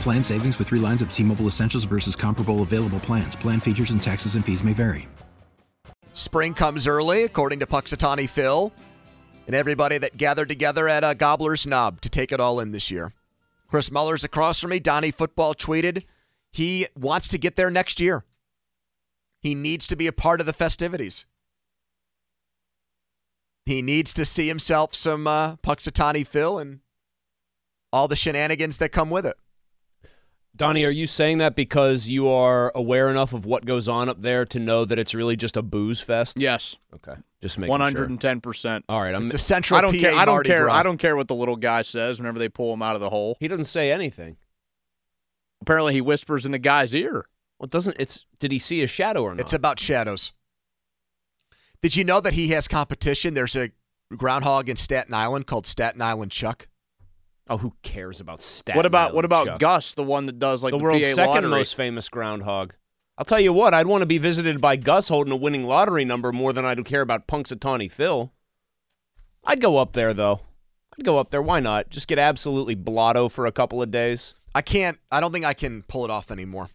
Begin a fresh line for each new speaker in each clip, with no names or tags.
Plan savings with three lines of T Mobile Essentials versus comparable available plans. Plan features and taxes and fees may vary.
Spring comes early, according to Puxatani Phil, and everybody that gathered together at uh, Gobbler's Knob to take it all in this year. Chris Muller's across from me. Donnie Football tweeted he wants to get there next year. He needs to be a part of the festivities. He needs to see himself some uh, Puxatani Phil and all the shenanigans that come with it.
Donnie, are you saying that because you are aware enough of what goes on up there to know that it's really just a booze fest?
Yes.
Okay. Just make
One hundred and ten percent.
All right, I'm-
It's a central
I don't
PA
care. I don't
Mardi
care.
Gras.
I don't care what the little guy says whenever they pull him out of the hole.
He doesn't say anything.
Apparently, he whispers in the guy's ear.
Well, doesn't it's? Did he see a shadow or not?
It's about shadows. Did you know that he has competition? There's a groundhog in Staten Island called Staten Island Chuck.
oh, who cares about stat?
what about what about Gus, the one that does like
the,
the,
world's
PA
second
lottery?
most famous groundhog. I'll tell you what, I'd want to be visited by Gus holding a winning lottery number more than I do care about Punxsutawney Phil. I'd go up there though. I'd go up there. Why not? Just get absolutely blotto for a couple of days.
I can't. I don't think I can pull it off anymore.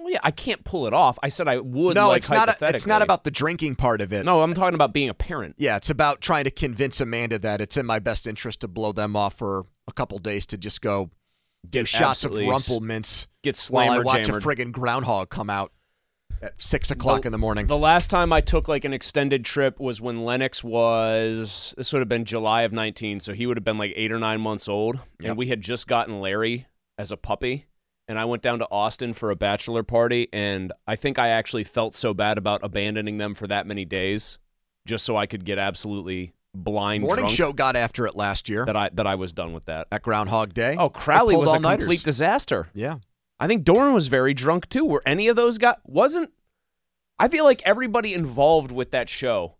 Well, yeah, I can't pull it off. I said I would.
no,
like,
it's not. A, it's not
hypothetically.
about the drinking part of it.
No, I'm talking about being a parent.
Yeah, it's about trying to convince Amanda that it's in my best interest to blow them off for a couple days to just go do
Get
shots of
absolutely s-
Rumple Mints
Get
while I
slammer
watch
jammered.
a friggin' groundhog come out at six o'clock in the morning.
The last time I took like an extended trip was when Lennox was this would have been July of 19, so he would have been like 8 or 9 months old
Yep.
and we had just gotten Larry as a puppy and I went down to Austin for a bachelor party and I think I actually felt so bad about abandoning them for that many days just so I could get absolutely blind
morning
drunk
show got after it last year
that I that I was done with that.
at Groundhog Day.
Oh,
They
Crowley
pulled
was a
all-nighters.
complete disaster.
Yeah.
I think Doran was very drunk too. Were any of those guys? Wasn't I feel like everybody involved with that show,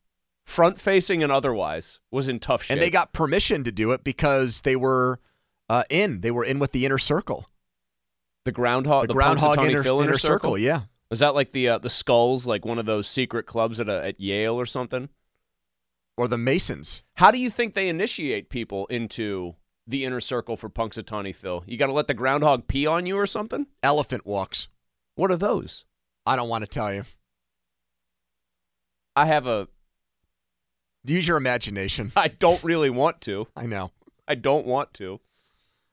front facing and otherwise, was in tough shape.
and they got permission to do it because they were uh, in. They were in with the inner circle,
the groundhog,
the,
Oh, the,
groundhog
Punxsutawney
inner,
Phil
inner circle. Yeah,
was that like the uh, the skulls, like one of those secret clubs at a, at Yale or something?
or the Masons.
How do you think they initiate people into the inner circle for Punxsutawney Phil? You got to let the groundhog pee on you or something.
Elephant walks.
What are those?
I don't want to tell you.
I have a.
Use your imagination.
I don't really want to.
I know.
I don't want to.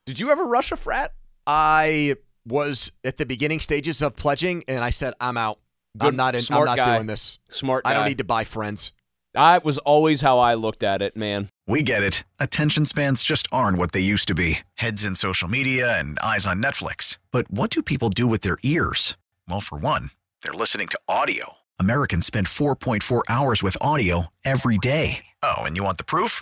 Did you ever rush a frat?
I was at the beginning stages of pledging, and I said, "I'm out. I'm
Good-
not. In, I'm
smart
not
guy.
doing this.
Smart.
I don't
guy.
need to buy friends."
That was always how I looked at it, man.
We get it. Attention spans just aren't what they used to be heads in social media and eyes on Netflix. But what do people do with their ears? Well, for one, they're listening to audio. Americans spend 4.4 hours with audio every day. Oh, and you want the proof?